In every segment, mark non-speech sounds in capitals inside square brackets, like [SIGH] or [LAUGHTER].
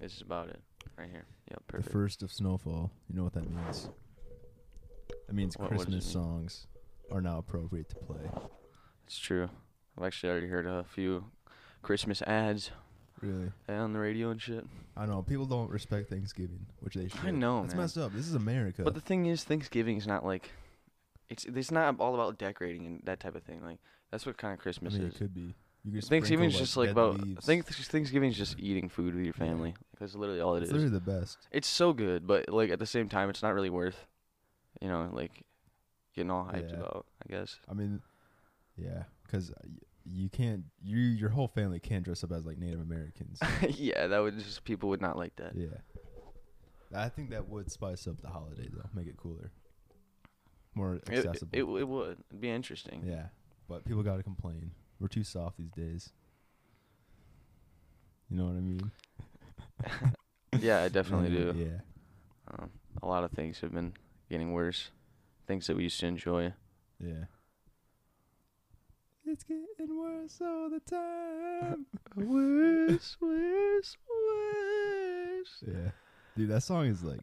This is about it, right here. Yep, The perfect. first of snowfall. You know what that means? That means What- what does it Christmas mean? songs are now appropriate to play. It's true. I've actually already heard a few Christmas ads Really? on the radio and shit. I know people don't respect Thanksgiving, which they should. know, That's man. messed up. This is America. But the thing is, Thanksgiving is not like, it's it's not all about decorating and that type of thing. Like that's what kind of I Christmas mean, is. it could be. You could Thanksgiving is sprinkle, just like dead about leaves. think Thanksgiving's just eating food with your family. That's literally all it it's is. literally the best. It's so good, but like at the same time, it's not really worth, you know, like getting all hyped Yeah. about. I guess. [LAUGHS] I mean, yeah, because you can't. You your whole family can't dress up as like [LAUGHS] Native Americans. yeah, that would just people would not like that. yeah, I think that would spice up the holiday though, make it cooler, more It- It, accessible. it, w- it would It'd be interesting. yeah, but people gotta complain. We're too soft these days. You know what I mean? Yeah, I definitely And, do. Yeah. Um, a lot of things have been getting worse. Things that we used to enjoy. Yeah. It's getting worse all the time. [LAUGHS] Worse, worse, worse. yeah. Dude, that song is like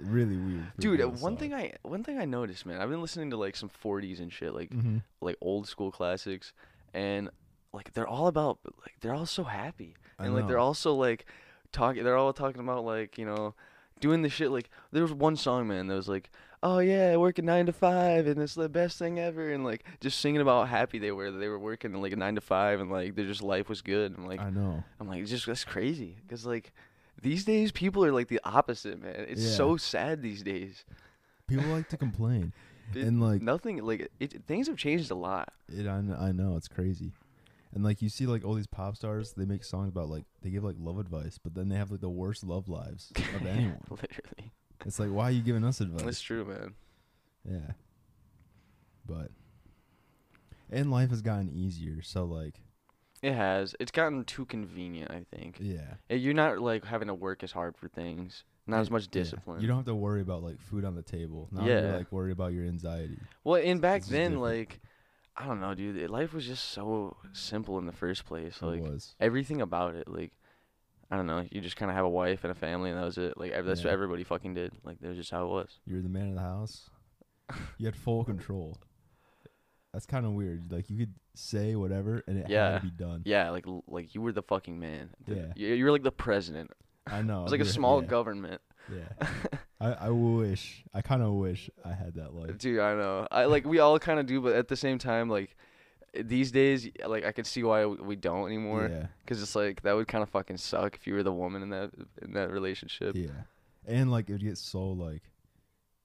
really weird. Dude, uh, one thing I one thing I noticed, man, I've been listening to like some 40s and shit, like mm like old school classics, and like they're all about like they're all so happy, I and like they're know. all so like talking. They're all talking about like you know doing the shit. Like there was one song, man, that was like, oh yeah, I work a nine to five, and it's the best thing ever, and like just singing about how happy they were that they were working like a nine to five, and like their just life was good. I'm like, I know. I'm like, just that's crazy, cause like. These days, people are like the opposite, man. It's Yeah. so sad these days. People like [LAUGHS] to complain. It- And, like- nothing, like it, things have changed a lot. It, I, kn- I know, it's crazy. And like you see like all these pop stars, they make songs about like they give like love advice, but then they have like the worst love lives [LAUGHS] of anyone. Literally, It's like why are you giving us advice? That's true, man. Yeah. But and life has gotten easier, so like It has. It's gotten too convenient, I think. yeah. Uh, You're not like having to work as hard for things. Not as much Yeah. discipline. You don't have to worry about like food on the table. Now Yeah. you're like worried about your anxiety. well, and back it's just then, different. like, I don't know, dude. it- Life was just so simple in the first place. It Like was. everything about it, like, I don't know. You just kind of have a wife and a family, and that was it. Like ev- that's Yeah. what everybody fucking did. Like that was just how it was. You were the man of the house. You had full control. That's kind of weird. Like you could say whatever and it had Yeah. to be done. Yeah, like l- like you were the fucking man. The- Yeah. You, you were like the president. I know. It was like a you're- small yeah, government. Yeah. I, I wish. I kind of wish I had that life. Dude, I know. I like we all kind of do, but at the same time, like these days, y- like I can see why w- we don't anymore. Yeah. Cause it's like that would kind of fucking suck if you were the woman in that in that relationship. Yeah, Yeah. And like it would get so like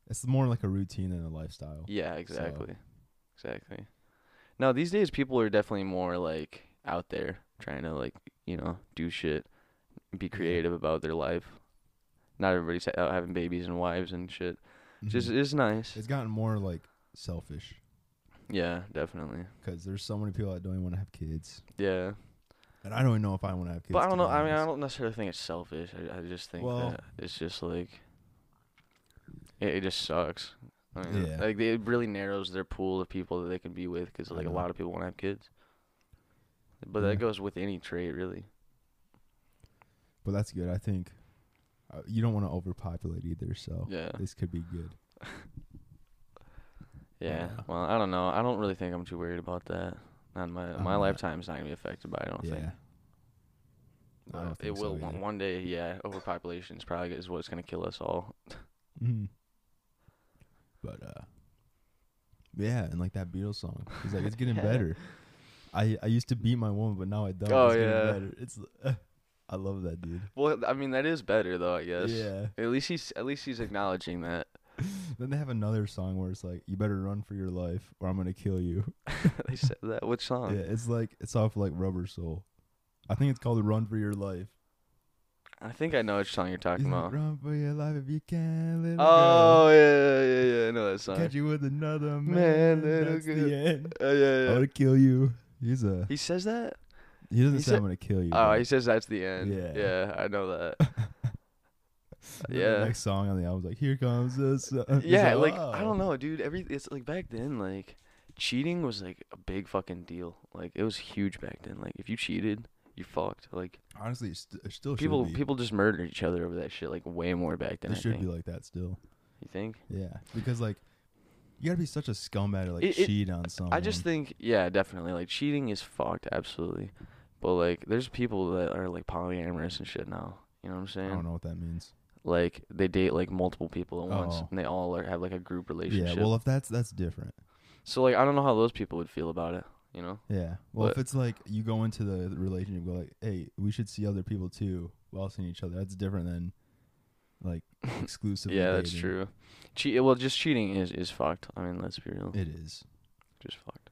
it's more like a routine than a lifestyle. exactly, exactly. Now these days, people are definitely more like out there trying to like you know do shit, be creative about their life. Not everybody's out having babies and wives and shit. Mhm. Just it's nice. it's gotten more like selfish yeah, definitely. because there's so many people that don't even want to have kids. Yeah. And I don't even know if I want to have kids. But I to don't know. be I mean, I honest. don't necessarily think it's selfish. I, I just think Well- that it's just like it, it just sucks. I mean, Yeah. Like it really narrows their pool of people that they can be with because I like a know. lot of people want to have kids. But Yeah. that goes with any trait, really. But that's good. I think uh, you don't want to overpopulate either. So Yeah. this could be good. Yeah. Yeah. Well, I don't know. I don't really think I'm too worried about that. Not in my I'm my not. lifetime's not gonna be affected by. it, I don't yeah. think. I don't But think it so will one, either. one day. Yeah. Overpopulation is probably is what's gonna kill us all. Mhm. But uh, yeah, and like that Beatles song, it's like it's [LAUGHS] getting Yeah. better. I I used to beat my woman, but now I don't. Oh, it's getting yeah. better. It's uh, I love that dude. Well, I mean that is better though. I guess. Yeah. At least he's at least he's acknowledging that. [LAUGHS] Then they have another song where it's like, "You better run for your life, or I'm gonna kill you." [LAUGHS] they said that. What song? Yeah, it's like it's off like Rubber Soul. I think it's called "Run for Your Life." I think I know which song you're talking He's like, about. Run for your life if you can, little girl. Oh yeah, yeah, yeah, yeah. I know that song. Catch you with another man. Man, little that's girl. the end. Oh, yeah, I'm yeah. gonna kill you. He's a. He says that. He doesn't he say said- I'm gonna kill you. Oh, but he [LAUGHS] says that's the end. Yeah. Yeah, I know [LAUGHS] that. then yeah. The next song on the album's like, here comes this. Uh, [LAUGHS] yeah, like I don't know, dude. Every it's like back then, like cheating was like a big fucking deal. Like it was huge back then. Like if you cheated, you fucked. Like Honestly, it, st- it still people should be. people just murdered each other over that shit like way more back then. it I should think. be like that still. You think? Yeah, because like you gotta be such a scumbag to like It- it- cheat on someone. I just think yeah, definitely. Like cheating is fucked, absolutely. But like there's people that are like polyamorous and shit now. You know what I'm I saying? don't know what that means. Like they date like multiple people at once Oh. and they all are, have like a group relationship. Yeah, well, if that's that's different. so like I don't know how those people would feel about it, you know? Yeah. Well, if But- it's like you go into the relationship, go like, hey, we should see other people too, while seeing each other. That's different than [LAUGHS] like exclusively. yeah, that's dating. true. Che- well, just cheating is is fucked. I mean, let's be real. It is, just fucked.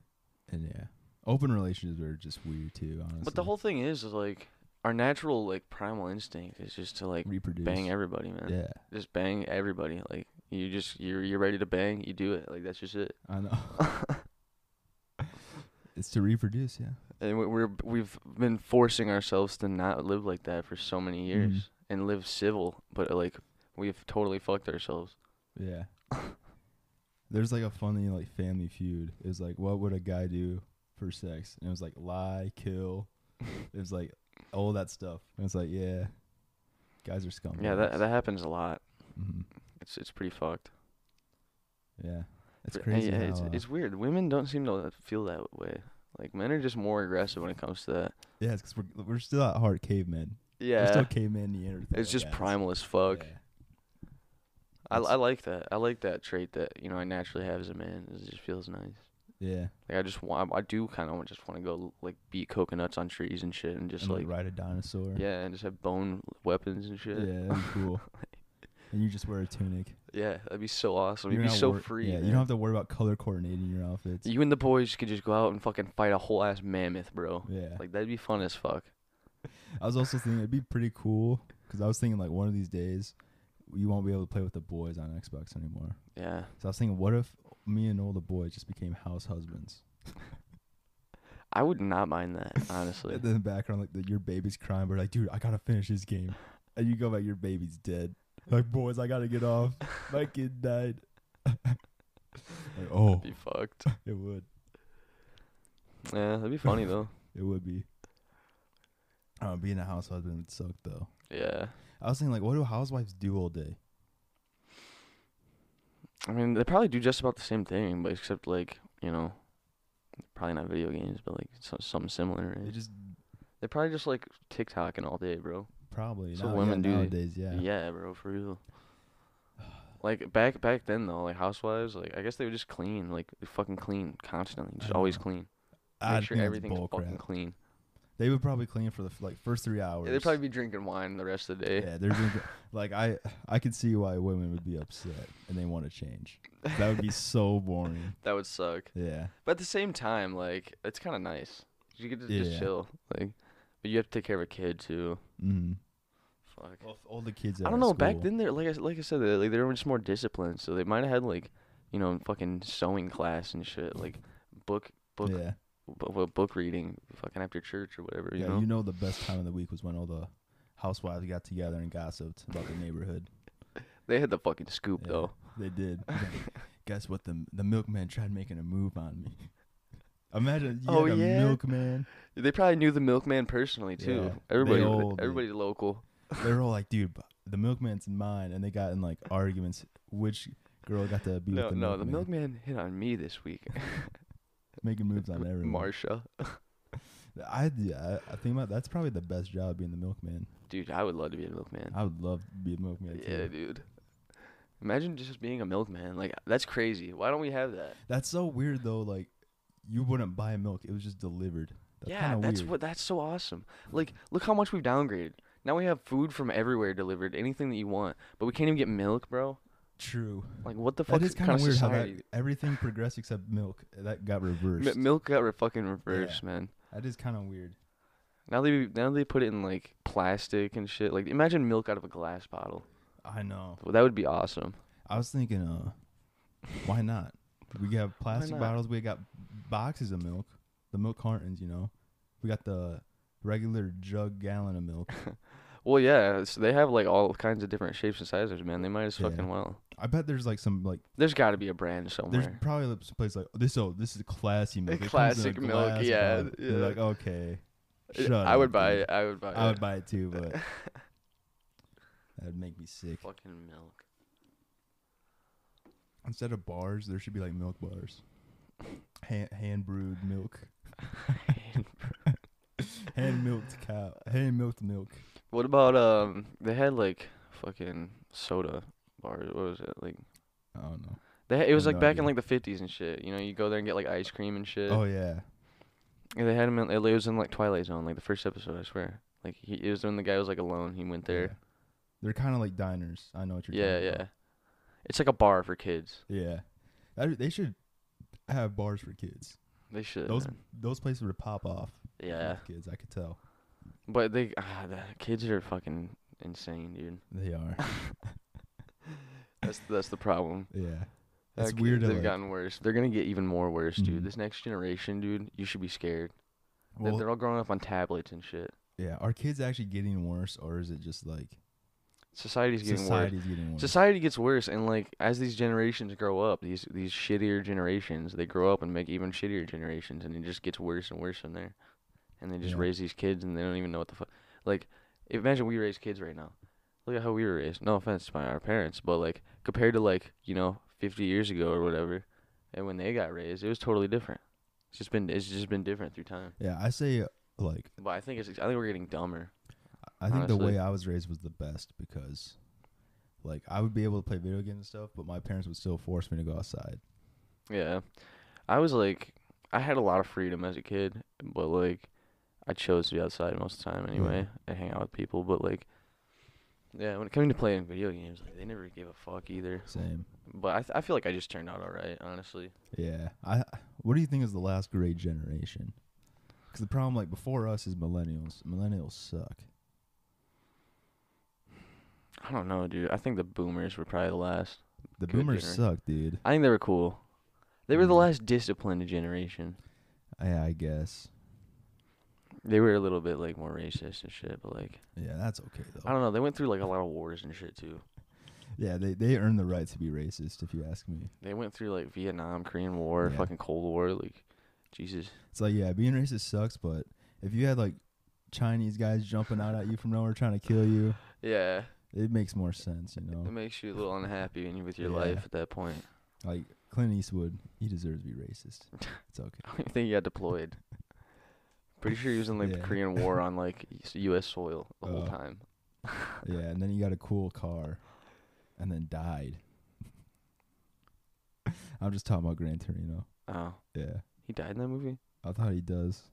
and yeah, open relationships are just weird too. Honestly, But the whole thing is is like our natural like primal instinct is just to like reproduce. bang everybody, man. yeah, Just bang everybody. Like you just you're you're ready to bang, you do it. Like that's just it. [LAUGHS] I know. [LAUGHS] it's to reproduce. Yeah. and we- we're we've been forcing ourselves to not live like that for so many years Mhm. and live civil, but like we've totally fucked ourselves. Yeah. [LAUGHS] There's like a funny like family feud. It was like what would a guy do for sex? And it was like lie, kill. It was like all that stuff. And it's like, yeah. Guys are scumbags. Yeah, that that happens a lot. Mhm. It's it's pretty fucked. Yeah. It's But, uh, crazy. yeah, how, it's uh, it's weird. Women don't seem to feel that way. Like men are just more aggressive when it comes to that. yeah, it's cuz we're we're still at heart cavemen. We're Yeah. still caveman Neanderthal. It's just guys. primal as fuck. Yeah. I, It's- I like that. I like that trait that you know I naturally have as a man. It just feels nice. Yeah. Like I just want. I do kind of just want to go like beat coconuts on trees and shit, and just and, like, like ride a dinosaur. yeah, and just have bone weapons and shit. Yeah, that'd be [LAUGHS] cool. and you just wear a tunic. Yeah, that'd be so awesome. You'd You're be not so wor- free. Yeah, you don't have to worry about color coordinating your outfits. You and the boys could just go out and fucking fight a whole ass mammoth, bro. yeah. Like that'd be fun as fuck. I was also thinking it'd be pretty cool because I was thinking like one of these days you won't be able to play with the boys on Xbox anymore. Yeah. So I was thinking, what if me and all the boys just became house husbands? I would not mind [LAUGHS] that, honestly. And then in the background, like the, your baby's crying, but like, dude, I gotta finish this game, and you go back, your baby's dead. Like, boys, I gotta get [LAUGHS] off. My kid died. [LAUGHS] like, oh, be fucked. it would, Yeah, that'd be funny [LAUGHS] though. it would be. Uh, being a house husband would suck though. Yeah. I was thinking, like, what do housewives do all day? I mean, they probably do just about the same thing, but except like you know, probably not video games, but like so, something similar. They Right? just They probably just like TikToking all day, bro. probably So now- yeah, women do- nowadays, Yeah, bro, for real. Like back back then though, like housewives, like I guess they would just clean, like they fucking clean constantly, just don't always know. clean. I Make sure think that's everything's bull fucking crap. clean. They would probably clean for the f- like first three hours. Yeah, they'd probably be drinking wine the rest of the day. yeah. They're doing, like I I could see why women would be upset and they want to change. [LAUGHS] That would be so boring. That would suck. Yeah, But at the same time, like it's kind of nice. You get to Yeah. just chill, like, but you have to take care of a kid too. mm. Fuck. all, all the kids. I at don't know. our Back school- then, they're like I, like I said, they like they were just more disciplined, so they might have had like, you know, fucking sewing class and shit, like book book yeah, bu- bu- book reading, fucking after church or whatever. You yeah. know. You know, the best time of the week was when all the housewives got together and gossiped about the neighborhood. They had the fucking scoop Yeah, though. They did. [LAUGHS] Guess what? The the milkman tried making a move on me. [LAUGHS] Imagine you Oh, had a yeah. [LAUGHS] milkman. They probably knew the milkman personally too. Yeah, they Everybody, all did. everybody local. They're all like, dude, but the milkman's mine, and they got in like arguments. Which girl got to be no, with the no, milkman? the milkman hit on me this week. [LAUGHS] making moves on everyone. Marsha, I yeah, I, I think about that's probably the best job being the milkman. dude, I would love to be a milkman. I would love to be a milkman. Too. yeah, dude. Imagine just being a milkman. Like that's crazy. Why don't we have that? That's so weird though. Like you wouldn't buy milk; it was just delivered. That's yeah, kinda that's weird. what. That's so awesome. Like, look how much we've downgraded. Now we have food from everywhere delivered, anything that you want, but we can't even get milk, bro. True. Like, what the fuck That is kind of weird society? how that everything progressed except milk. That got reversed. Mi- milk got re- fucking reversed, man. that is kind of weird. Now they now they put it in like plastic and shit. Like imagine milk out of a glass bottle. I know. Well, that would be awesome. I was thinking, uh, why not? We have plastic not? bottles. We got boxes of milk, the milk cartons. You know, we got the regular jug gallon of milk. Well, yeah, so they have like all kinds of different shapes and sizes, man. They might as Yeah. fucking well. I bet there's like some like There's got to be a brand There's somewhere. probably like, some place like this. Oh, this is classy milk. It comes in a Classic milk, glass yeah, bottle. They're yeah. like okay, It- Shut I would up, buy dude. it. I would buy it. I would buy it too, but [LAUGHS] that'd make me sick. Fucking milk. Instead of bars, there should be like milk bars, hand hand brewed milk, [LAUGHS] hand milked cow, hand milked milk. What about um? They had like fucking soda bars. What was it like? I don't know. They had, it was have like no back in idea. like the fifties and shit. You know, you go there and get like ice cream and shit. Oh yeah, And they had him. In, it was in like Twilight Zone, like the first episode. I swear. Like he it was when the guy was like alone. He went yeah. there. They're kind of like diners. I know what you're. Yeah, talking yeah. about. It's like a bar for kids. yeah. That- they should have bars for kids. They should. Those man. those places would pop off. Yeah, with kids. I could tell but they ah, the kids are fucking insane, dude. [LAUGHS] they are. That's that's the problem. yeah, Uh, it's kids weird. to, They've like- gotten worse. They're gonna get even more worse, dude. Mhm. This next generation, dude, you should be scared. They're- well, they're all growing up on tablets and shit. yeah. Are kids actually getting worse, or is it just like Society's getting society's getting worse. worse? Society gets worse, and like as these generations grow up, these these shittier generations, they grow up and make even shittier generations, and it just gets worse and worse from there. And they just Yeah. raise these kids, and they don't even know what the fuck. Like, imagine we raise kids right now. Look at how we were raised. No offense by our parents, but like compared to like you know 50 years ago or whatever, and when they got raised, it was totally different. It's just been it's just been different through time. yeah, I say like But I think it's I think we're getting dumber. I think the honestly. way I was raised was the best because, like, I would be able to play video games and stuff, but my parents would still force me to go outside. Yeah. I was like I had a lot of freedom as a kid, but like I chose to be outside most of the time anyway and hang out with people, but like yeah, when it came to playing video games, like they never gave a fuck either. Same. But I th- I feel like I just turned out all right, honestly. Yeah. I. What do you think is the last great generation? Because the problem, like, before us is millennials. Millennials suck. I don't know, dude. I think the boomers were probably the last. The Good boomers gener- suck, dude. I think they were cool. They were the Mhm. last disciplined generation. Yeah, I guess. They were a little bit like more racist and shit, but like Yeah, that's okay I though. don't know, they went through like a lot of wars and shit too. Yeah, they they earn the right to be racist, if you ask me. They went through like Vietnam, Korean War, Yeah. fucking Cold War, like Jesus. It's like, yeah, being racist sucks, but if you had like Chinese guys jumping out at you from nowhere trying to kill you, Yeah, it makes more sense, you know. it makes you a little unhappy in, with your Yeah. life at that point. [LAUGHS] Like Clint Eastwood, he deserves to be racist. It's okay. I don't even think he got deployed. Pretty sure he was in like the Yeah. Korean War on like s- U.S. soil the whole Oh. time. Yeah, and then he got a cool car, and then died. I'm just talking about Gran Torino. Oh, Yeah, he died in that movie. I thought he does,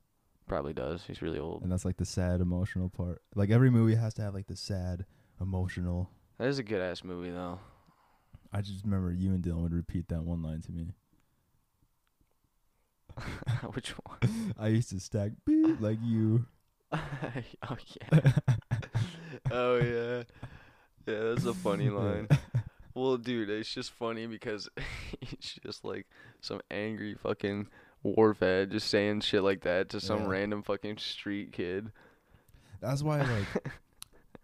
Probably does. He's really old. and that's like the sad emotional part. Like every movie has to have like the sad emotional. That is a good ass movie though. [LAUGHS] I just remember you and Dylan would repeat that one line to me. Which one? [LAUGHS] I used to stack beep like you. [LAUGHS] oh yeah. [LAUGHS] oh yeah. [LAUGHS] Yeah, that's a funny Yeah. line. Well, dude, it's just funny because [LAUGHS] it's just like some angry fucking war vet just saying shit like that to some Yeah. random fucking street kid. That's [LAUGHS] why, like,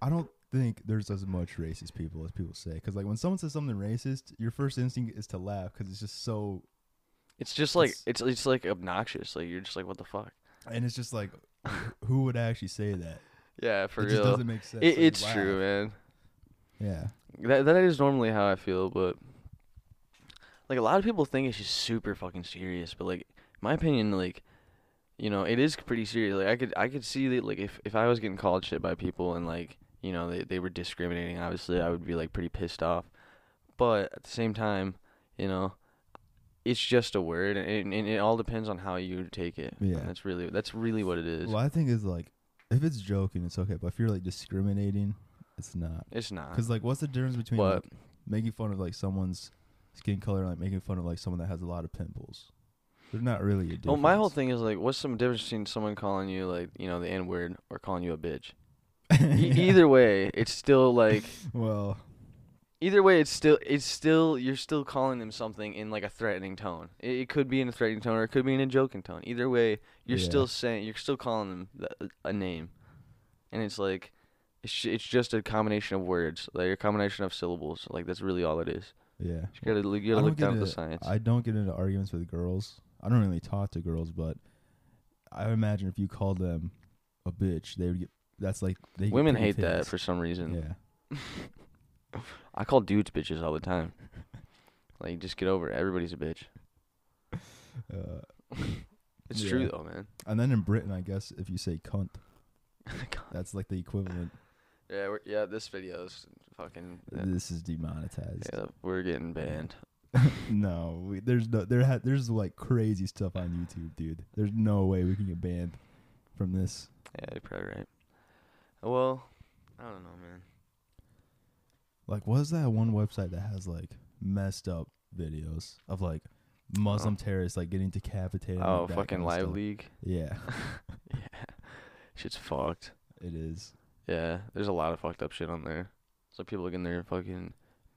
I don't think there's as much racist people as people say. Because, like, when someone says something racist, your first instinct is to laugh because it's just so, It's just like It's- it's it's like obnoxious. Like you're just like, what the fuck? and it's just like, who would actually say that? Yeah, for it just real. doesn't make sense. It, so you it's true, laugh. man. Yeah, That that is normally how I feel, but like a lot of people think it's just super fucking serious, but like my opinion, like you know, it is pretty serious. Like I could I could see that like if if I was getting called shit by people and like you know they they were discriminating, obviously I would be like pretty pissed off. But at the same time, you know, it's just a word, and, and it all depends on how you take it. Yeah. and that's really that's really what it is. well, I think is like, if it's joking, it's okay. But if you're like discriminating, it's not. It's not. Because like, what's the difference between But like, making fun of like someone's skin color and like making fun of like someone that has a lot of pimples? They're not really a difference. Well, my whole thing is like, what's some difference between someone calling you like, you know, the N word or calling you a [LAUGHS] bitch? E- Either way, it's still like, Well, either way, it's still, it's still, you're still calling them something in like a threatening tone. It, it could be in a threatening tone or it could be in a joking tone. Either way, you're Yeah. still saying, you're still calling them th- a name, and it's like, it's ju- it's just a combination of words, like a combination of syllables. Like that's really all it is. yeah. You gotta, you I gotta don't look get down at the it. science. I don't get into arguments with girls. I don't really talk to girls, but I imagine if you called them a bitch, they would get. That's like they get Women pretty hate that pissed. for some reason. Yeah, I call dudes bitches all the time. like, just get over it. Everybody's a bitch. uh, It's Yeah. true though, man. [LAUGHS] and then in Britain, I guess if you say cunt, God. that's like the equivalent. yeah, we're, yeah. This video's fucking. yeah, This is demonetized. yeah, we're getting banned. [LAUGHS] no, we, there's no there. Ha- there's like crazy stuff on YouTube, dude. There's no way we can get banned from this. Yeah, you're probably right. Well, I don't know, man. Like, what is that one website that has like messed up videos of like Muslim terrorists like getting decapitated? and, like, oh, that fucking kinda live stuff? league. Yeah, [LAUGHS] Yeah, shit's fucked. it is. Yeah, there's a lot of fucked up shit on there. So people are getting their fucking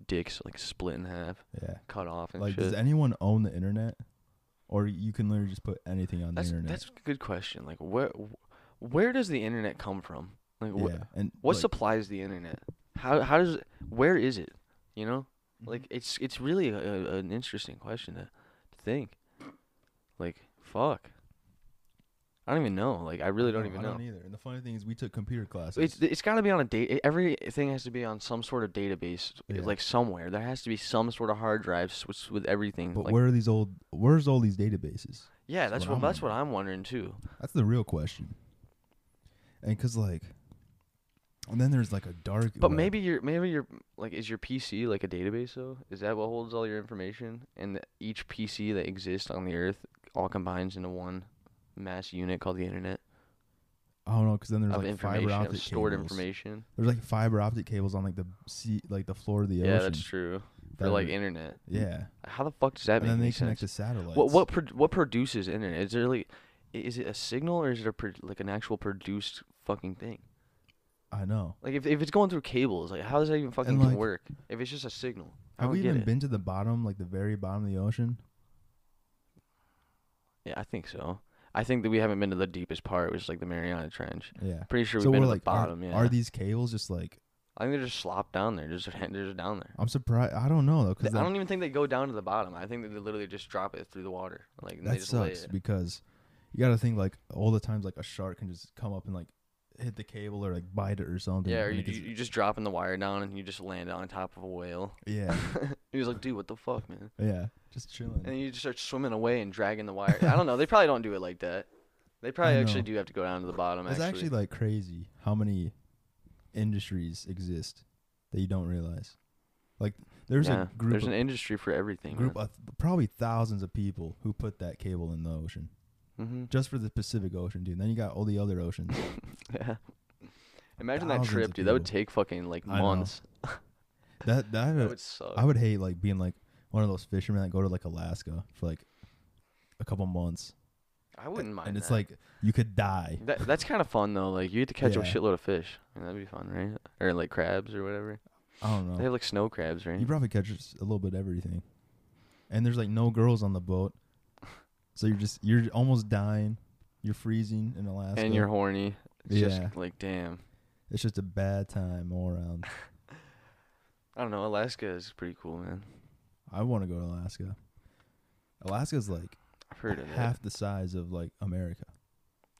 dicks like split in half, Yeah. cut off and Like, shit. does anyone own the internet? Or you can literally just put anything on that's the internet. that's a good question. Like where wh- where does the internet come from? Like wh- yeah. And what like, supplies the internet? How how does where is it? You know, Mm-hmm. like it's it's really a, a- an interesting question to, to think. Like fuck, I don't even know. Like I really don't No, even I know. don't either. And the funny thing is, we took computer classes. It's it's got to be on a date. Everything has to be on some sort of database, Yeah. like somewhere. There has to be some sort of hard drive with, with everything. but like, where are these old? Where's all these databases? yeah, that's that's what what, I'm that's what I'm wondering too. That's the real question. And because like, and then there's like a dark. But web. maybe your maybe your like is your PC like a database though? Is that what holds all your information? And th- each PC that exists on the earth all combines into one mass unit called the internet I don't know. Because then there's of like information, fiber of optic stored cables. information. There's like fiber optic cables on like the sea, like the floor of the ocean. Yeah, that's true. For that like are- internet, yeah. how the fuck does that And make then they any connect sense? to satellites. What what pro- what produces internet? Is there like, i- is it a signal or is it a pro- like an actual produced fucking thing? I know. Like if if it's going through cables, like how does that even fucking like, work? If it's just a signal, I Have don't we get even it. been to the bottom, like the very bottom of the ocean? Yeah, I think so. I think that we haven't been to the deepest part, which is like the Mariana Trench. Yeah. Pretty sure we've so been we're to like, the bottom. are, yeah, are these cables just like? I think they're just slopped down there. Just [LAUGHS] they're just down there. I'm surprised. I don't know though, because They- I don't even think they go down to the bottom. I think that they literally just drop it through the water. Like and they that just lay sucks it. because you got to think like all the times like a shark can just come up and like hit the cable or like bite it or something. Yeah, or and you, it gets- you, you just dropping the wire down and you just land on top of a whale. [LAUGHS] yeah, [LAUGHS] He was like, dude, what the fuck, man? yeah, just chilling. And then you just start swimming away and dragging the wire. I don't know. They probably don't do it like that. [LAUGHS] They probably actually know. do have to go down to the bottom. it's Actually, actually. like crazy how many industries exist that you don't realize. Like there's Yeah, a group, there's of, an industry for everything. group of probably thousands of people who put that cable in the ocean hmm just for the Pacific Ocean, dude. And then you got all the [LAUGHS] other oceans. Yeah. Imagine that Thousands of trip, dude. That would people. take fucking like I know. months. that that, That would suck. I would hate like being like one of those fishermen that go to like Alaska for like a couple months. I wouldn't mind. and it's that. like you could die. that, that's kind of fun though. Like you get to catch a Yeah. shitload of fish. I mean, that'd be fun, right? Or like crabs or whatever. I don't They know. have like snow crabs, right? Oh. You probably catch just a little bit of everything. And there's like no girls on the boat, so you're just you're almost dying. You're freezing in Alaska. and you're horny. It's Yeah. just like damn. it's just a bad time all around. I don't know. Alaska is pretty cool, man. I want to go to Alaska. Alaska's like I've heard of half the size of like America.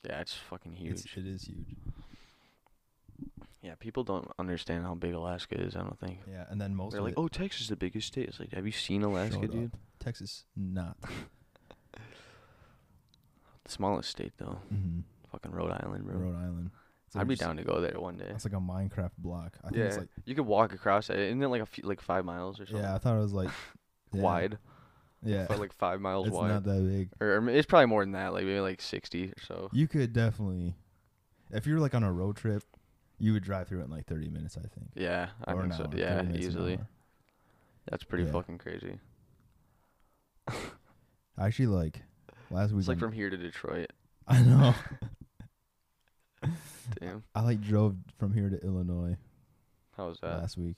it. Yeah, it's fucking huge. It's, it is huge. Yeah, people don't understand how big Alaska is. I don't think Yeah, and then most they're of like, it- "Oh, Texas is the biggest state." It's like, have you seen Shut Alaska, up. dude? Texas [LAUGHS] not. The smallest state though, hmm fucking Rhode Island, bro. Rhode Island. It's like I'd be just- down to go there one day. It's like a Minecraft block. I think yeah, it's like you could walk across it. Isn't it like a few, like five miles or something? yeah. I thought it [LAUGHS] was like yeah, wide. [LAUGHS] Yeah, Felt like five miles it's wide. not that big. or, or it's probably more than that. Like maybe like sixty or so. You could definitely, if you were like on a road trip, you would drive through it in like 30 minutes, I think. Yeah, I or think an so. hour, 30 Yeah, minutes, an easily. hour. That's pretty Yeah. fucking crazy. I Actually, like last week, It's like from here to [LAUGHS] Detroit. [LAUGHS] I know. Damn, I like drove from here to Illinois how was that? last week.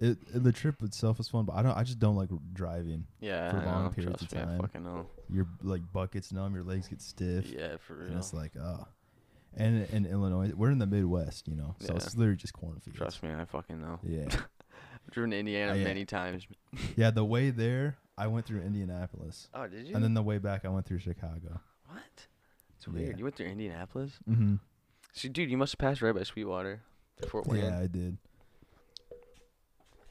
It, it- the trip itself was fun, but I don't. I just don't like driving. yeah, for I long know. periods Trust of me, I time. fucking know. Your like buckets numb, your legs get stiff. Yeah, for real. And it's like, oh. And in Illinois, we're in the Midwest, you know, so Yeah. it's literally just cornfields. Trust me, I fucking know. Yeah. [LAUGHS] I've driven to Indiana Oh, yeah. many times. yeah, the way there, I went through Indianapolis. Oh, did you? And then the way back, I went through Chicago. what? It's weird. Yeah. You went through Indianapolis? Mm-hmm. So, dude, you must have passed right by Sweetwater, Fort Wayne. Yeah, I did.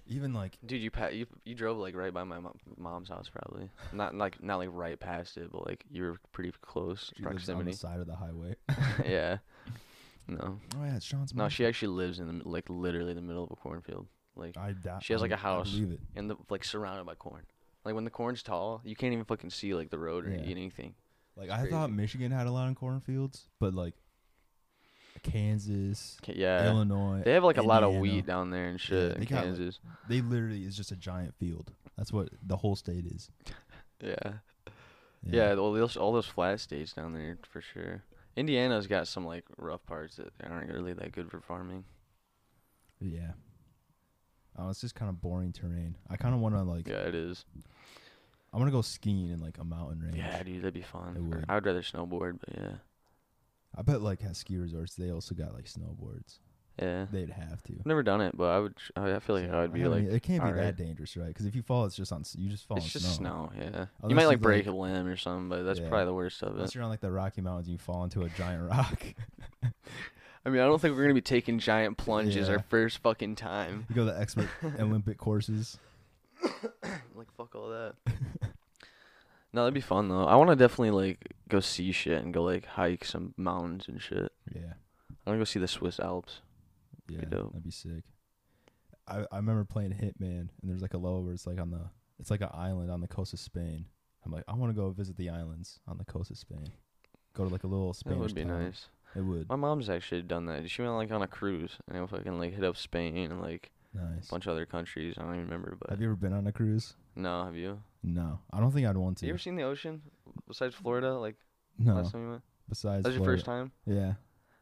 Even like Dude, you pa- you you drove like right by my mo- mom's house probably. Not like not like right past it, but like you were pretty close she lives on the proximity. side of [LAUGHS] the highway. yeah. No. Oh yeah, it's Sean's No, mom. she actually lives in the, mi- like literally the middle of a cornfield. Like I doubt- she has, I- like, a I house. believe it. and the like surrounded by corn. Like when the corn's tall, you can't even fucking see like the road or Yeah. anything. Like It's I thought crazy. Michigan had a lot of cornfields, but like Kansas, Ca- Yeah. Illinois, They have like a lot of Indiana. wheat down there and shit in they got, like- Kansas. they literally is just a giant field. That's what the whole state is. yeah. Yeah, all those all those flat states down there for sure. Indiana's got some like rough parts that aren't really that good for farming. Yeah. Oh, it's just kind of boring terrain. I kind of want to like. Yeah, it is. I want to go skiing in like a mountain range. Yeah, dude, that'd be fun. It Or- would. I would rather snowboard, but yeah, I bet like at ski resorts they also got like snowboards. yeah. They'd have to. I've never done it, but I would. tr- I I feel like So, I would be don't like, know, it can't be alright. that dangerous, right? Because if you fall, it's just on s- you just fall. it's on just snow. Yeah, you Unless might you, like break like- a limb or something, but that's Yeah. probably the worst of Unless it. you're on like the Rocky Mountains, and you fall into a giant [LAUGHS] rock. I mean, I don't think we're gonna be taking giant plunges our Yeah. first fucking time. You go to the expert [LAUGHS] Olympic courses. [LAUGHS] [COUGHS] Like fuck all that. no, that'd be fun though. I want to definitely like go see shit and go like hike some mountains and shit. Yeah, I want to go see the Swiss Alps. yeah, dope. that'd be sick. I I remember playing Hitman, and there's like a level where it's like on the it's like an island on the coast of Spain. I'm like, I want to go visit the islands on the coast of Spain. Go to like a little Spanish. that would be town. nice. It would My mom's actually done that. She went like on a cruise and fucking like hit up Spain and like nice. bunch of other countries. I don't even remember, but Have you ever been on a cruise? no, have you? No, I don't think I'd want to. You ever seen the ocean besides Florida? Like [LAUGHS] no, last time you went, besides that was your Florida. first time. Yeah,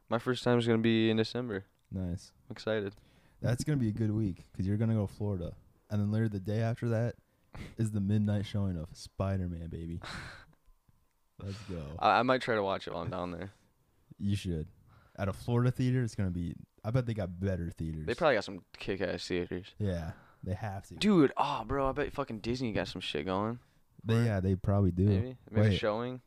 My first time is gonna be in December. nice. I'm excited. That's gonna be a good week because you're gonna go to Florida, and then later the day [LAUGHS] after that is the midnight showing of Spider Man, baby. Let's go. I, I might try to watch it while I'm down there. You should. At a Florida theater, it's gonna be. I bet they got better theaters. They probably got some kick-ass theaters. Yeah, they have to. Dude, oh bro, I bet fucking Disney got some shit going. They, yeah, they probably do. Maybe. Maybe maybe Wait. showing.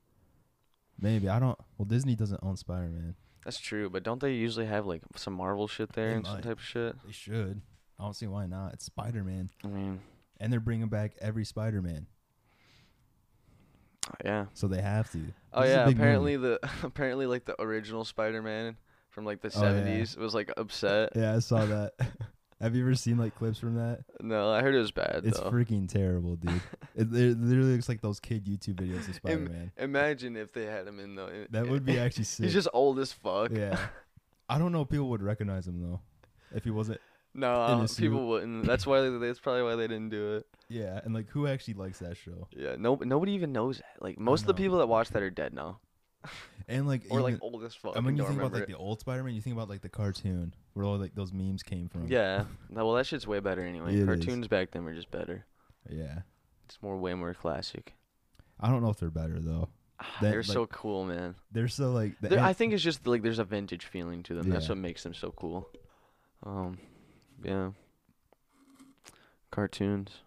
I don't. Well, Disney doesn't own Spider Man. That's true, but don't they usually have like some Marvel shit there They and some might. type of shit? They should. I don't see why not. It's Spider Man, I mean, and they're bringing back every Spider Man, yeah. so they have to. Oh This is a yeah, big movie. apparently the [LAUGHS] apparently like the original Spider-Man from like the Oh, yeah. 70s was like [LAUGHS] upset. Yeah, I saw that. have you ever seen like clips from that? No, I heard it was bad It's though. freaking terrible, [LAUGHS] dude. it, it literally looks like those kid YouTube videos of Spider Man. Imagine if they had him in though. It- That would [LAUGHS] be actually sick. He's just old as fuck. yeah. I don't know if people would recognize him though, if he wasn't. [LAUGHS] No, um, his people suit. wouldn't. That's why they, that's probably why they didn't do it. Yeah, and like who actually likes that show? Yeah, no nobody even knows that. Like most of the know. people that watch that are dead now And like, or like even- old as fuck. and when and you don't think about remember like [LAUGHS] the old Spider-Man, you think about like the cartoon where all like those memes came from. it. Yeah. No, well that shit's way better anyway. It is. Cartoons back then were just better. yeah. It's more way more classic. I don't know if they're better though. Ah, That, They're like- so cool, man. They're so like. The There- I an- think it's just like there's a vintage feeling to them. That's Yeah. what makes them so cool. Um, yeah. Cartoons.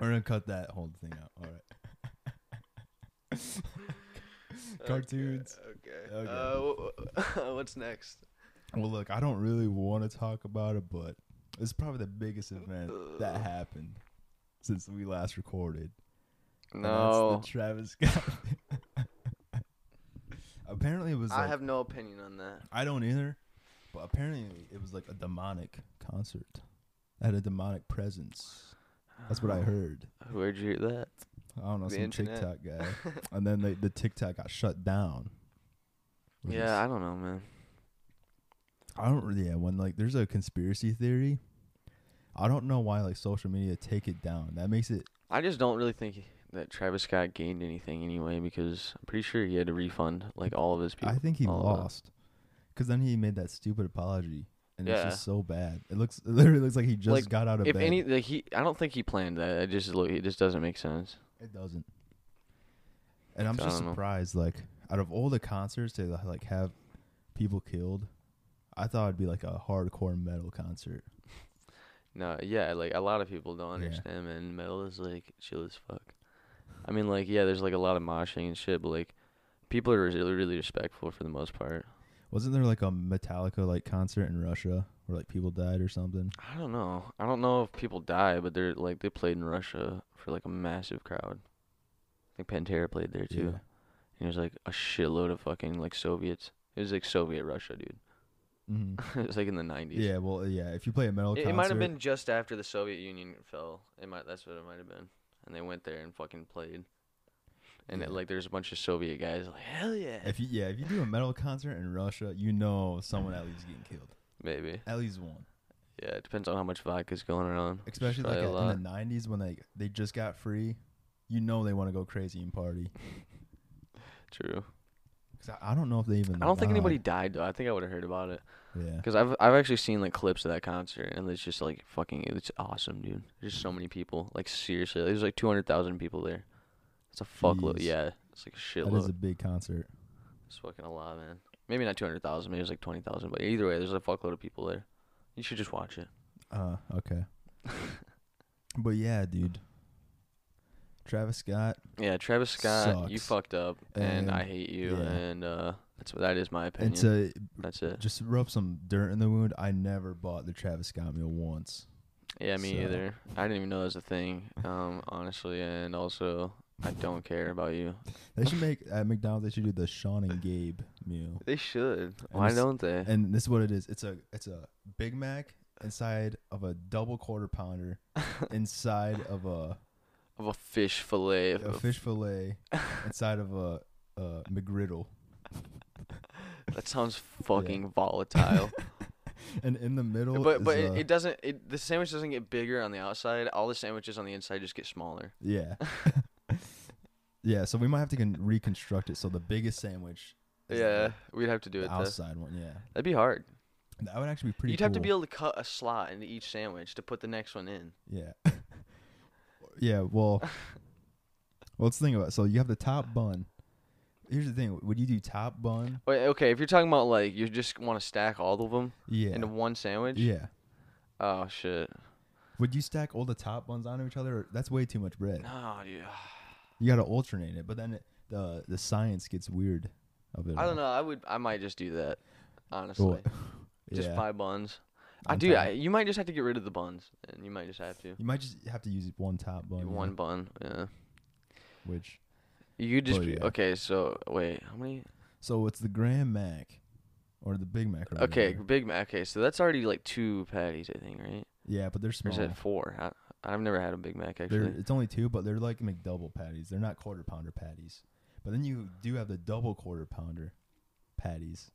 we're gonna cut that whole thing out. All right. Cartoons. Okay. Okay. Uh, [LAUGHS] what's next? Well, look, I don't really want to talk about it, but it's probably the biggest event that happened since we last recorded. and that's the No, Travis Scott. [LAUGHS] apparently, it was. Like, I have no opinion on that. I don't either. But apparently, it was like a demonic concert. It had a demonic presence. That's Oh. what I heard. [SIGHS] Where'd you hear that? [LAUGHS] I don't know The some internet. TikTok guy, [LAUGHS] and then they, the TikTok got shut down. which is- Yeah, I don't know, man. I don't really. Yeah, when like there's a conspiracy theory, I don't know why like social media take it down. That makes it. I just don't really think that Travis Scott gained anything anyway because I'm pretty sure he had to refund like all of his people. I think he all of that. lost, because then he made that stupid apology, and Yeah. it's just so bad. It looks it literally looks like he just Like, got out of If bed. any, like he, I don't think he planned that. It just look, it just doesn't make sense. It doesn't. And I'm So I just don't know. surprised, like, out of all the concerts they like have people killed, I thought it'd be like a hardcore metal concert. No, yeah, like a lot of people don't Yeah. understand, man. Metal is like chill as fuck. I mean, like, yeah, there's like a lot of moshing and shit, but like, people are really, really respectful for the most part. Wasn't there like a Metallica like concert in Russia where like people died or something? I don't know. I don't know if people die, but they're like they played in Russia for like a massive crowd. I think Pantera played there too. And it was like a shitload of fucking like Soviets. It was like Soviet Russia, dude. [LAUGHS] hmm it was like in the nineties. Yeah, well, yeah. If you play a metal It, concert, it might have been just after the Soviet Union fell. It might that's what it might have been. And they went there and fucking played. And it, Yeah. like there's a bunch of Soviet guys like hell yeah, If you yeah, if you do a metal concert in Russia, you know someone at least getting killed. maybe. At least one. Yeah, it depends on how much vodka's going around. which is Especially like probably at- in the '90s when they they just got free, you know they want to go crazy and party. True. 'Cause I, I don't know if they even. I don't think died. anybody died though. I think I would have heard about it. Yeah. Because I've I've actually seen like clips of that concert and it's just like fucking it's awesome, dude. There's so many people. Like seriously, there's like two hundred thousand people there. It's a fuckload. Jeez. Yeah, it's like a That is shitload. a big concert. it's fucking a lot, man. Maybe not two hundred thousand. Maybe it's like twenty thousand. But either way, there's a fuckload of people there. You should just watch it. Uh, [LAUGHS] okay. but yeah, dude. Travis Scott. Yeah, Travis Scott, you Sucks. fucked up, and, I And, hate you, yeah. and uh, that's that is my And opinion. to that's it. just rub some dirt in the wound, I never bought the Travis Scott meal once. Yeah, me So- either. I didn't even know that was a thing, um, honestly, and also I don't care about you. They should make at McDonald's. They should do the Sean and Gabe meal. They should. Why it's- don't they? And this is what it is. It's a it's a Big Mac inside of a double [LAUGHS] quarter pounder inside of a, of a fish fillet. a of- fish fillet inside of a, a McGriddle. That [LAUGHS] sounds fucking volatile. And in the middle but is uh, but a- it, it doesn't. It, the sandwich doesn't get bigger on the outside. All the sandwiches on the inside just get smaller. [LAUGHS] Yeah. yeah, so we might have to con- reconstruct it. So the biggest sandwich is yeah, we'd have to do the, it. the Though. outside one, yeah. That'd be hard. That would actually be pretty You'd have to cool. be able to cut a slot into each sandwich to put the next one in. Yeah. [LAUGHS] yeah, [LAUGHS] well well, let's think about it. So you have the top bun. Here's the thing. Would you do top bun? Wait, okay. If you're talking about like you just want to stack all of them Yeah. into one sandwich. yeah. Oh shit. Would you stack all the top buns onto each other? Or that's way too much bread. No, dude. You got to alternate it, but then it, the the science gets weird of it. I all. don't know. I would. I might just do that. Honestly, [LAUGHS] Well, just yeah, five buns. i I'm do. fine. I, you might just have to get rid of the buns, and you might just have to. you might just have to use one top bun. yeah, One bun. Yeah. which You could just Oh, be yeah. okay. So wait, how many? So it's the Grand Mac or the Big Mac. Or Okay, whatever. Big Mac. Okay, so that's already like two patties, I think, right? Yeah, but they're Or small. is that four? I, I've never had a Big Mac They're, actually. it's only two, but they're like McDouble patties. They're not quarter pounder patties. But then you do have the double quarter pounder patties.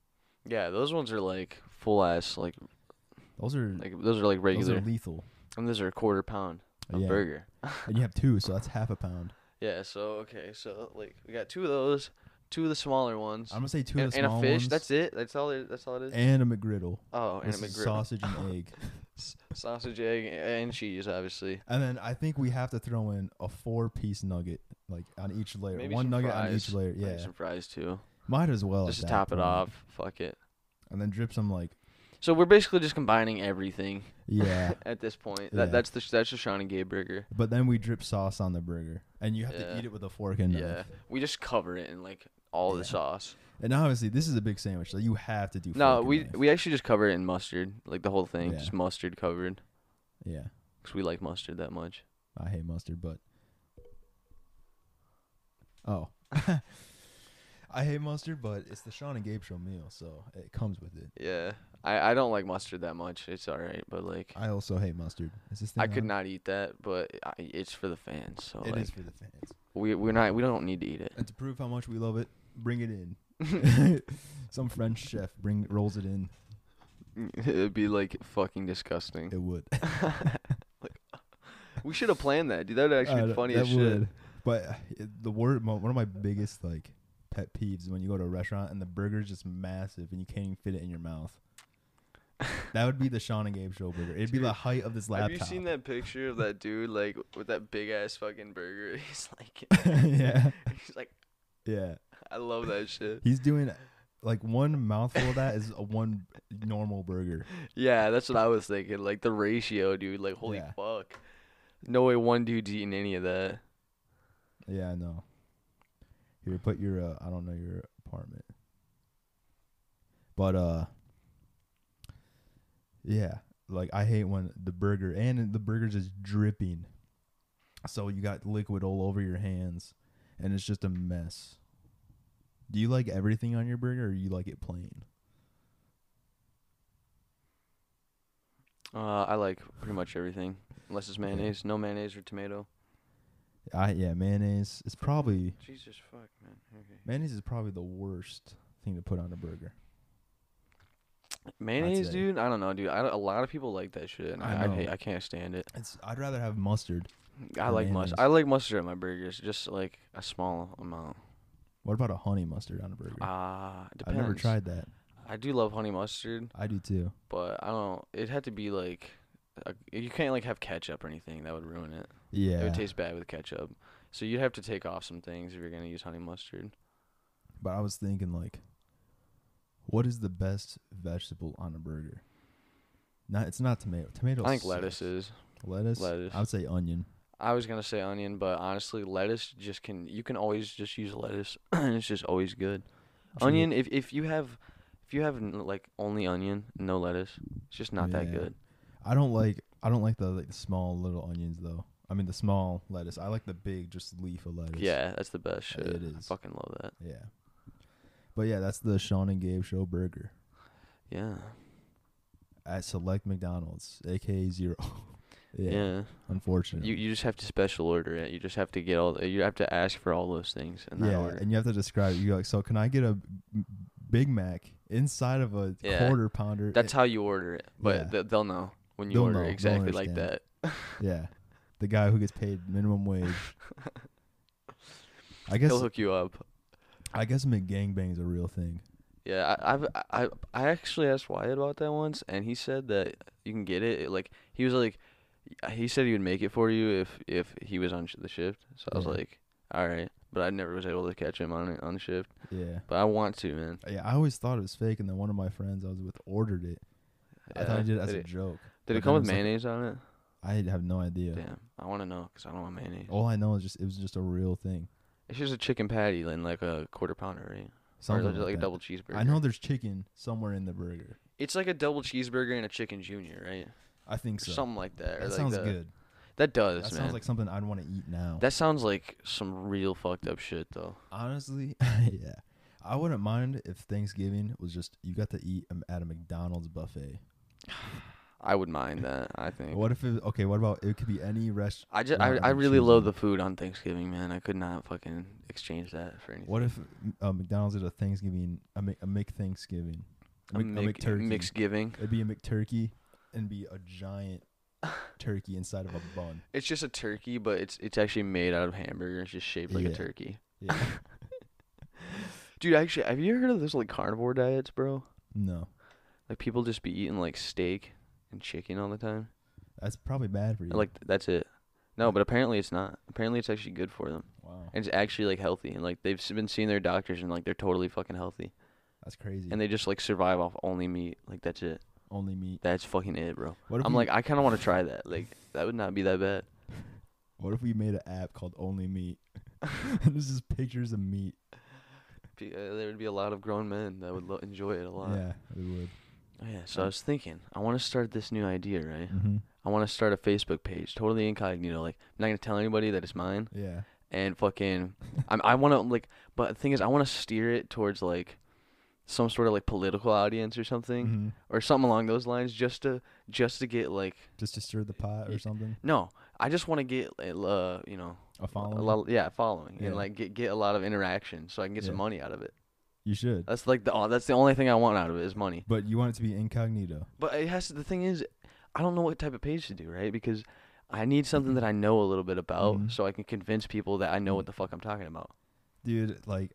Yeah, those ones are like full ass, like Those are like those are like Mm. those regular, are lethal. and those are a quarter pound of yeah. burger. And you have two, so that's half a pound. Yeah. So okay, so like we got two of those, two of the smaller ones, I'm gonna say two and, of the and small a fish. ones That's it. That's all. It, that's all it is. and a McGriddle. oh, and a This is McGriddle. sausage [LAUGHS] and egg. S- sausage, egg, and cheese, obviously. And then I think we have to throw in a four-piece nugget, like on each layer. Maybe One some nugget on fries. each layer. Maybe Yeah, Some fries too. might as well at Just to that top it point. off. Fuck it. And then drip some like So we're basically just combining everything. yeah, at this point. Yeah. That, that's the that's the Sean and Gabe burger. But then we drip sauce on the burger, and you have Yeah. to eat it with a fork and knife. Yeah, we just cover it in like all the Yeah. sauce. And obviously, this is a big sandwich, so you have to do. fork No, and we knife. we actually just cover it in mustard, like the whole thing, Yeah. just mustard covered, yeah. because we like mustard that much. I hate mustard, but [LAUGHS] oh, [LAUGHS] I hate mustard, but it's the Sean and Gabe show meal, so it comes with it. Yeah, I I don't like mustard that much. It's all right, but like I also hate mustard. Is this thing I could on? not eat that, but I, it's for the fans. So It is like for the fans, we we're not we don't need to eat it. and to prove how much we love it, bring it in. [LAUGHS] some French chef bring rolls it in. [LAUGHS] It'd be like fucking disgusting. It would. We should have planned that, dude. That would actually Uh, be th- funny that as shit. would. But uh, it- the word, mo- one of my biggest like pet peeves is when you go to a restaurant and the burger's just massive and you can't even fit it in [LAUGHS] your mouth. that would be the Sean and Gabe show burger. It'd be Dude, the height of this Have laptop. you [LAUGHS] seen that picture of that dude like with that big ass fucking burger? [LAUGHS] He's like, yeah, [LAUGHS] he's like, yeah. I love that shit. He's doing like one mouthful of that is a one normal burger. Yeah, that's what I was thinking. Like the ratio, dude. Like holy Yeah. fuck. No way one dude's eating any of that. Yeah, I know. Here, put your uh, I don't know your apartment, but uh, yeah, like I hate when the burger and the burger's just dripping, so you got liquid all over your hands, and it's just a mess. Do you like everything on your burger, or you like it plain? Uh, I like pretty much everything. Unless it's mayonnaise. No mayonnaise or tomato. I yeah, mayonnaise is probably Jesus fuck, man. Okay. mayonnaise is probably the worst thing to put on a burger. Mayonnaise, say. dude. I don't know, dude. I, a lot of people like that shit, and I I I, know. hate, I can't stand it. It's I'd rather have mustard. I Or like mustard. mayonnaise. I like mustard on my burgers, just like a small amount. What about a honey mustard on a burger? Ah, it I've depends. never tried that. I do love honey mustard, I do too. but I don't. It had to be like, a, you can't like have ketchup or anything. That would ruin it. Yeah. It would taste bad with ketchup. So you'd have to take off some things if you're gonna use honey mustard. but I was thinking like what is the best vegetable on a burger? Not it's not tomato. Tomato I think sucks. lettuce is. Lettuce? lettuce. I would say onion. I was gonna say onion, but honestly, lettuce just can. You can always just use lettuce, [CLEARS THROAT] and it's just always good. True. Onion, if if you have, if you have n- like only onion, no lettuce, it's just not that Yeah. good. I don't like I don't like the like the small little onions though. I mean the small lettuce. I like the big just leaf of lettuce. Yeah, that's the best shit. It I is. fucking love that. Yeah. But yeah, that's the Sean and Gabe show burger Yeah. at Select McDonald's, aka zero. [LAUGHS] yeah, Yeah. Unfortunately. You you just have to special order it. You just have to get all. You have to ask for all those things in that yeah, order. and you have to describe. it. You're like, so can I get a m- Big Mac inside of a Yeah. quarter pounder? That's how you order it, but Yeah. th- they'll know when you They'll order know. it They'll exactly like understand. that. yeah, the guy who gets paid [LAUGHS] minimum wage. I guess He'll hook you up. I guess McGangbang's a real thing. Yeah, I, I've I I actually asked Wyatt about that once, and he said that you can get it. Like he was like, he said he would make it for you if if he was on sh- the shift. So I was Yeah. like, all right, but I never was able to catch him on on shift. Yeah, But I want to, man. yeah. I always thought it was fake, and then one of my friends I was with ordered it. I thought Yeah. he did it as did a joke. did but it then come with it's like- mayonnaise on it? I have no idea. Damn, I want to know because I don't want mayonnaise. All I know is just it was just a real thing. It's just a chicken patty and like a quarter pounder, right? Something or like, like a that. double cheeseburger. I know there's chicken somewhere in the burger. It's like a double cheeseburger and a chicken junior, right? I think so. Something like that. or that like sounds that. good. That does, That man. sounds like something I'd want to eat now. That sounds like some real fucked up shit, though. Honestly, [LAUGHS] yeah. I wouldn't mind if Thanksgiving was just you got to eat um, at a McDonald's buffet. I would [LAUGHS] mind that. I think. What if it okay, what about it could be any rest I just, I, Wow, I I'm really love choosing. the food on Thanksgiving, man. I could not fucking exchange that for anything. what if uh, McDonald's did a Thanksgiving a Mc, a McThanksgiving? A Mc- Mc- McTurkey. Mixgiving. It'd be a McTurkey and be a [LAUGHS] giant turkey inside of a bun. It's just a turkey, but it's it's actually made out of hamburger. It's just shaped like a Yeah. turkey. Yeah. [LAUGHS] Dude, actually, have you heard of those like carnivore diets, bro? no. Like people just be eating like steak and chicken all the time. That's probably bad for you. And, Like that's it. No, but apparently it's not. Apparently it's actually good for them. wow. And it's actually like healthy. And like they've s- been seeing their doctors and like they're totally fucking healthy. That's crazy. and they just like survive off only meat. Like that's it. Only meat. That's fucking it, bro. What if I'm we, like, I kind of want to try that. Like that would not be that bad. what if we made an app called [LAUGHS] Only Meat? [LAUGHS] and it's just pictures of meat. P- uh, There would be a lot of grown men that would lo- enjoy it a lot. Yeah, we would. Oh, yeah. So I was thinking, I want to start this new idea, right? Mm-hmm. I want to start a Facebook page, totally incognito. Like I'm not gonna tell anybody that it's mine. Yeah. And [LAUGHS] fucking, I'm, I want to like, but the thing is, I want to steer it towards like some sort of like political audience or something Mhm. or something along those lines, just to just to get like. just to stir the pot Y- or something. No, I just want to get uh, you know A a following. lot, yeah, following Yeah. and like get get a lot of interaction, so I can get some Yeah. money out of it. you should, That's like the oh, that's the only thing I want out of it is money. but you want it to be incognito. But it has to, the thing is, I don't know what type of page to do, right? Because I need Mm-hmm. something that I know a little bit about, Mhm. so I can convince people that I know Mm-hmm. what the fuck I'm talking about. Dude, like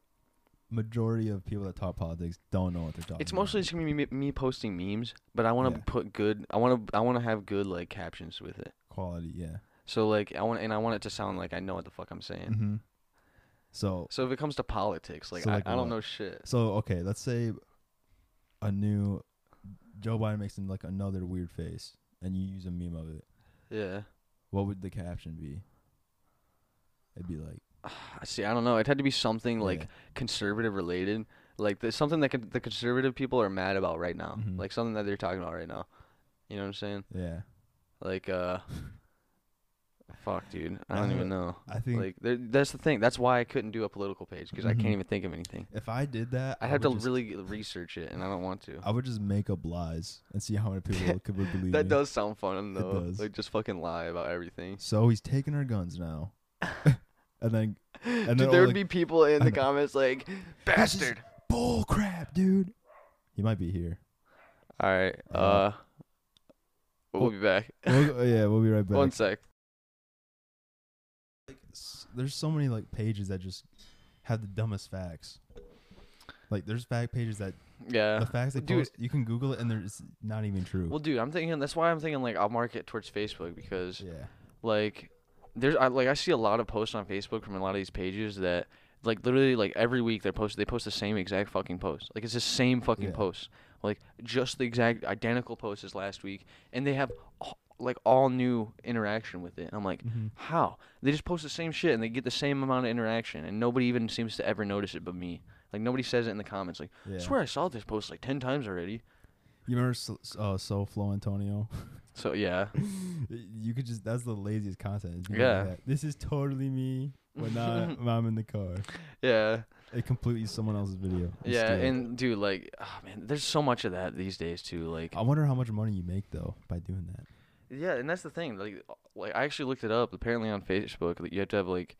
majority of people that talk politics don't know what they're talking It's mostly about. just gonna be me, me posting memes, but I want to Yeah. put good. I want to I want to have good like captions with it. quality, yeah. So like I want and I want it to sound like I know what the fuck I'm saying. Mm-hmm. So So if it comes to politics, like, So, I, like, I don't what? know shit. so okay, let's say a new Joe Biden makes him like another weird face, and you use a meme of it. Yeah. What would the caption be? It'd be like See, I don't know. It had to be something like Yeah. conservative related, like there's something that con- the conservative people are mad about right now, Mhm. like something that they're talking about right now. You know what I'm saying? yeah. Like, uh, fuck, dude, I don't Uh, even know. [LAUGHS] I think Like, there- that's the thing. That's why I couldn't do a political page because I Mhm. can't even think of anything. if I did that, I have would to just- Oh, really research it, and I don't want to. I would just make up lies and see how many [LAUGHS] people could would believe That me. does sound fun, It though. does. Like, just fucking lie about [LAUGHS] everything. So he's taking our [LAUGHS] guns now, and then Dude, then there all, would like- be people in I the know. comments [LAUGHS] like, bastard. bull crap, dude. He might be here. All right, Uh, uh, we'll well, be back. We'll go- yeah, we'll be right back. One sec. Like, s- there's so many like pages that just have the dumbest facts. Like there's fact pages that Yeah. the facts they Uh, Dude. post you can Google it and they're it's not even true. Well, dude, I'm thinking that's why I'm thinking like I'll market towards Facebook because yeah, like there's I, like I see a lot of posts on Facebook from a lot of these pages that like literally like every week they post they post the same exact fucking post like it's the same fucking Yeah. post like just the exact identical post as last week and they have a- like all new interaction with it and I'm like Mhm. how they just post the same shit and they get the same amount of interaction and nobody even seems to ever notice it but me like nobody says it in the comments like yeah. I swear I saw this post like ten times already You remember so, uh, Soul Flow Antonio? [LAUGHS] so yeah you could just that's the laziest content. It's people like Yeah. that. This is totally me [LAUGHS] when, I, when I'm in the car. yeah. It completely is someone else's video. It's Yeah, still- and dude, like, ah, man, there's so much of that these days too. Like, I wonder how much money you make though by doing that. yeah, and that's the thing. Like, uh, like I actually looked it up. Apparently on Facebook, like, you have to have like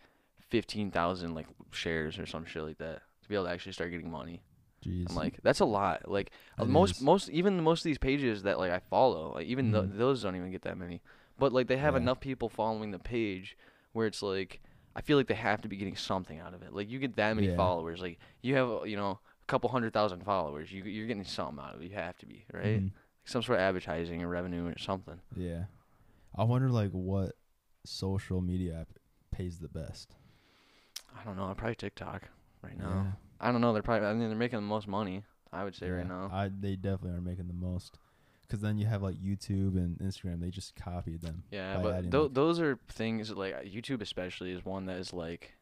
fifteen thousand like shares or some shit like that to be able to actually start getting money. Jeez. I'm like, that's a lot. Like, uh, That most is. most even most of these pages that like I follow, like even tho- Mhm. those don't even get that many. But like they have Yeah. enough people following the page where it's like I feel like they have to be getting something out of it. Like you get that many Yeah. followers, like you have uh, you know a couple hundred thousand followers, you you're getting something out of it. You have to be right, Mhm. like some sort of advertising or revenue or something. Yeah. I wonder like what social media app pays the best. I don't know. Probably TikTok right now. I don't know. They're probably I mean they're making the most money. I would say Yeah. right now. I they definitely are making the most. Cause then you have like YouTube and Instagram, they just copied them. Yeah, by but adding, tho- like- those are things that, like uh, YouTube especially is one that is like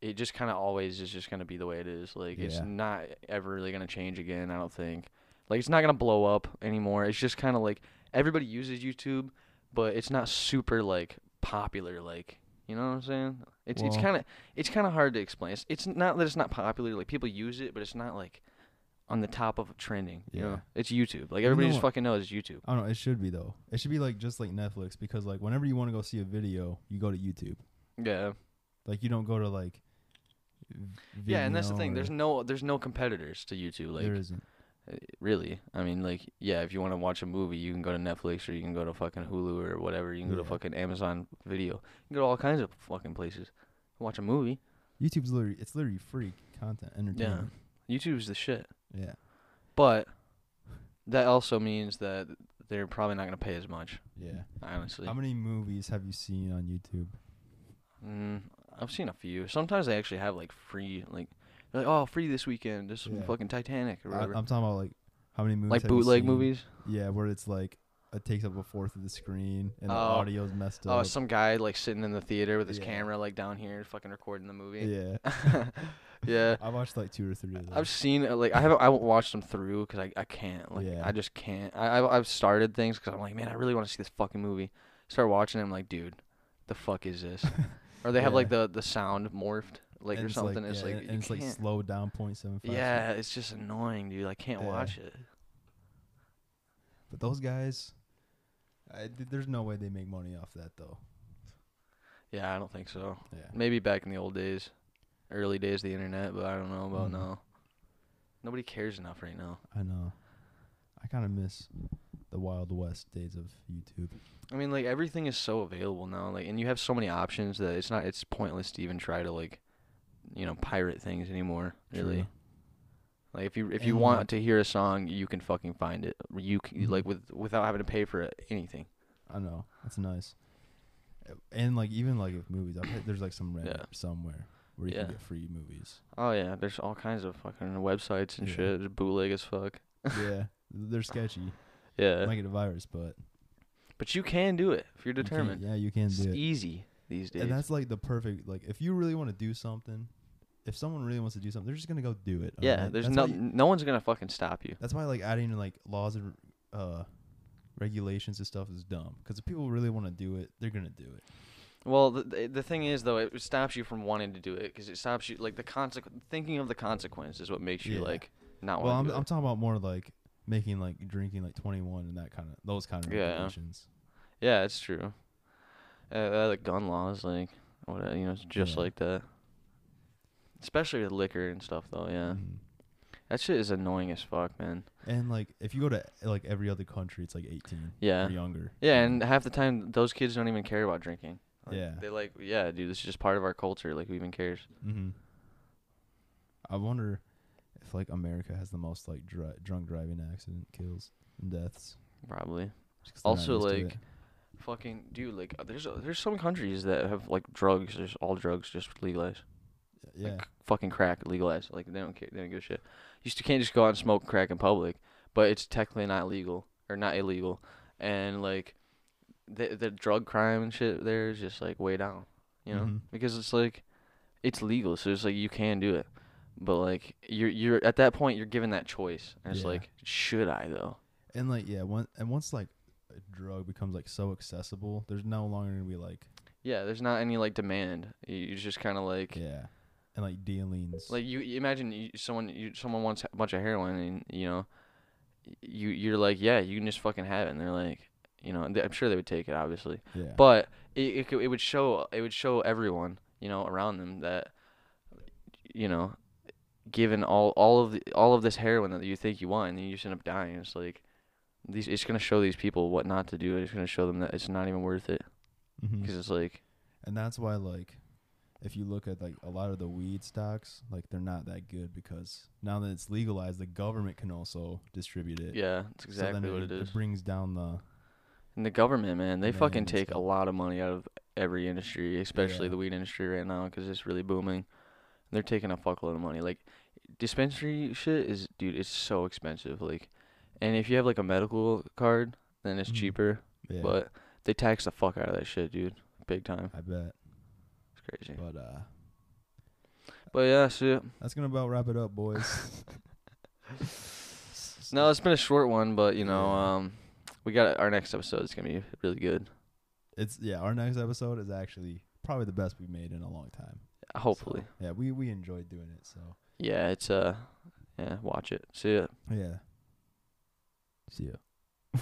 it just kind of always is just going to be the way it is. Like it's Yeah. not ever really going to change again, I don't think. Like it's not going to blow up anymore. It's just kind of like everybody uses YouTube, but it's not super like popular like you know what I'm saying? It's it's Well- kind of it's kind of hard to explain. It's, it's not that it's not popular. Like people use it, but it's not like on the top of trending. You Yeah. know, it's YouTube. Like everybody know just what- fucking knows it's YouTube. I don't know, it should be though. It should be like just like Netflix because like whenever you want to go see a video, you go to YouTube. Yeah. Like you don't go to like v- Yeah, and that's the Vimeo thing. or- There's no there's no competitors to YouTube. Like there isn't. uh, really, I mean, like yeah, if you want to watch a movie, you can go to Netflix or you can go to fucking Hulu or whatever. You can go to Yeah. fucking Amazon Video. You can go to all kinds of fucking places. Watch a movie. YouTube's literally it's literally free content, entertainment. YouTube's the shit. Yeah. Yeah. But that also means that they're probably not gonna pay as much. Yeah. Honestly, How many movies have you seen on YouTube? mm, I've seen a few. Sometimes they actually have like free like. they're Like, oh, free this weekend. This Yeah. fucking Titanic or I, whatever. I'm talking about like how many movies like have you bootleg seen? movies. Yeah, where it's like it takes up a fourth of the screen and the Oh. audio's messed Oh, up. some guy like sitting in the theater with his Yeah. camera like down here, fucking recording the movie. yeah. [LAUGHS] Yeah. I watched like two or three of those. I've seen uh, like I haven't I haven't watched them through because I, I can't like Yeah. I just can't I I've, I've started things because I'm like man I really want to see this fucking movie. Start watching it, I'm like dude, the fuck is [LAUGHS] this? or they have like the the sound morphed like And or it's something. it's yeah, like and, you and it's like can't- slowed down 0.75. yeah, it's just annoying, dude. I can't Yeah. watch it. But those guys, I, th- there's no way they make money off that though. Yeah, I don't think so. Yeah. Maybe back in the old days, early days of the internet, but I don't know about Mhm. now. Nobody cares enough right now. I know. I kind of miss the Wild West days of YouTube. I mean, like everything is so available now, like, and you have so many options that it's not it's pointless to even try to like, you know, pirate things anymore. Really, True. like if you if you And, want like- to hear a song, you can fucking find it. You can, Mhm. like with without having to pay for it, anything. I know. That's nice. Uh, And like even like if movies, I've had, there's like some random Yeah. somewhere. where you Yeah. can get free [LAUGHS] movies. Oh yeah, there's all kinds of fucking websites and Yeah. shit, just bootleg as fuck. yeah, they're sketchy. Yeah, Might get a virus, but but you can do it if you're you can't- determined. yeah, you can It's do it. easy these days. And that's like the perfect like if you really want to do something, if someone really wants to do something, they're just gonna go do it. yeah, alright? there's uh, That's no why you- no one's gonna fucking stop you. that's why like adding like laws and uh regulations and stuff is dumb because if people really want to do it, they're gonna do it. Well, the- the the thing is though, it stops you from wanting to do it because it stops you like the consequ- thinking of the consequence is what makes you Yeah. like not well, want I'm to do I'm it. talking about more like making like drinking like 21 and that kind of those kind of Yeah. regulations. yeah, it's true. Uh, uh, the gun laws, like what uh, you know, it's just Yeah. like that. Especially with liquor and stuff though. Yeah, Mhm. that shit is annoying as fuck, man. And like if you go to like every other country, it's like 18 Yeah. or younger. Yeah, you and know? half the time those kids don't even care about drinking. Like, Yeah. They like, yeah, dude, this is just part of our culture. Like, who even cares? Mm-hmm. I wonder if like America has the most like dr- drunk driving accident kills and deaths. Probably. just 'cause they're not Also, used to like, it. Fucking dude, like, uh, there's uh, there's some countries that have like drugs, just all drugs, just legalized. yeah, Like, fucking crack legalized. Like, they don't care. They don't give a shit. You still can't just go out and smoke crack in public, but it's technically not legal or not illegal, and like, the the drug crime and shit there is just like way down. You know. Mhm. because it's like it's legal, so it's like you can do it. But like you're you're at that point you're given that choice. And it's Yeah. like, should I though? and like yeah, one and once like a drug becomes like so accessible, there's no longer gonna be like Yeah, there's not any like demand. You- You just kind of like yeah, and like dealings. like you you imagine you, someone you, someone wants a bunch of heroin and you know you you're like, yeah, you can just fucking have it. And they're like, you know, and they- I'm sure they would take it obviously. yeah, But it it, could, it would show it would show everyone you know around them that you know given all all of the, all of this heroin that you think you want and then you just end up dying. It's like these it's gonna show these people what not to do. It's gonna show them that it's not even worth it Mhm. because it's like and that's why like if you look at like a lot of the weed stocks, like they're not that good because now that it's legalized, the government can also distribute it. yeah, it's So then exactly what it is. It brings down the And the government, man, they Man, fucking it's take a got- lot of money out of every industry, especially Yeah. the weed industry right now, 'cause it's really booming. They're taking a fuckload of money. Like, dispensary shit is, dude, it's so expensive. Like, and if you have like a medical card, then it's Mhm. cheaper. yeah, But they tax the fuck out of that shit, dude, big time. I bet. It's crazy. But uh, But yeah, so that's gonna about wrap it up, boys. [LAUGHS] no, it's been a short one, but you know, Yeah. um, we got our next episode is gonna be really good. it's yeah. Our next episode is actually probably the best we've made in a long time. So, Hopefully, yeah, we we enjoyed doing it. So yeah, it's uh, yeah, watch it. See ya. yeah. See ya.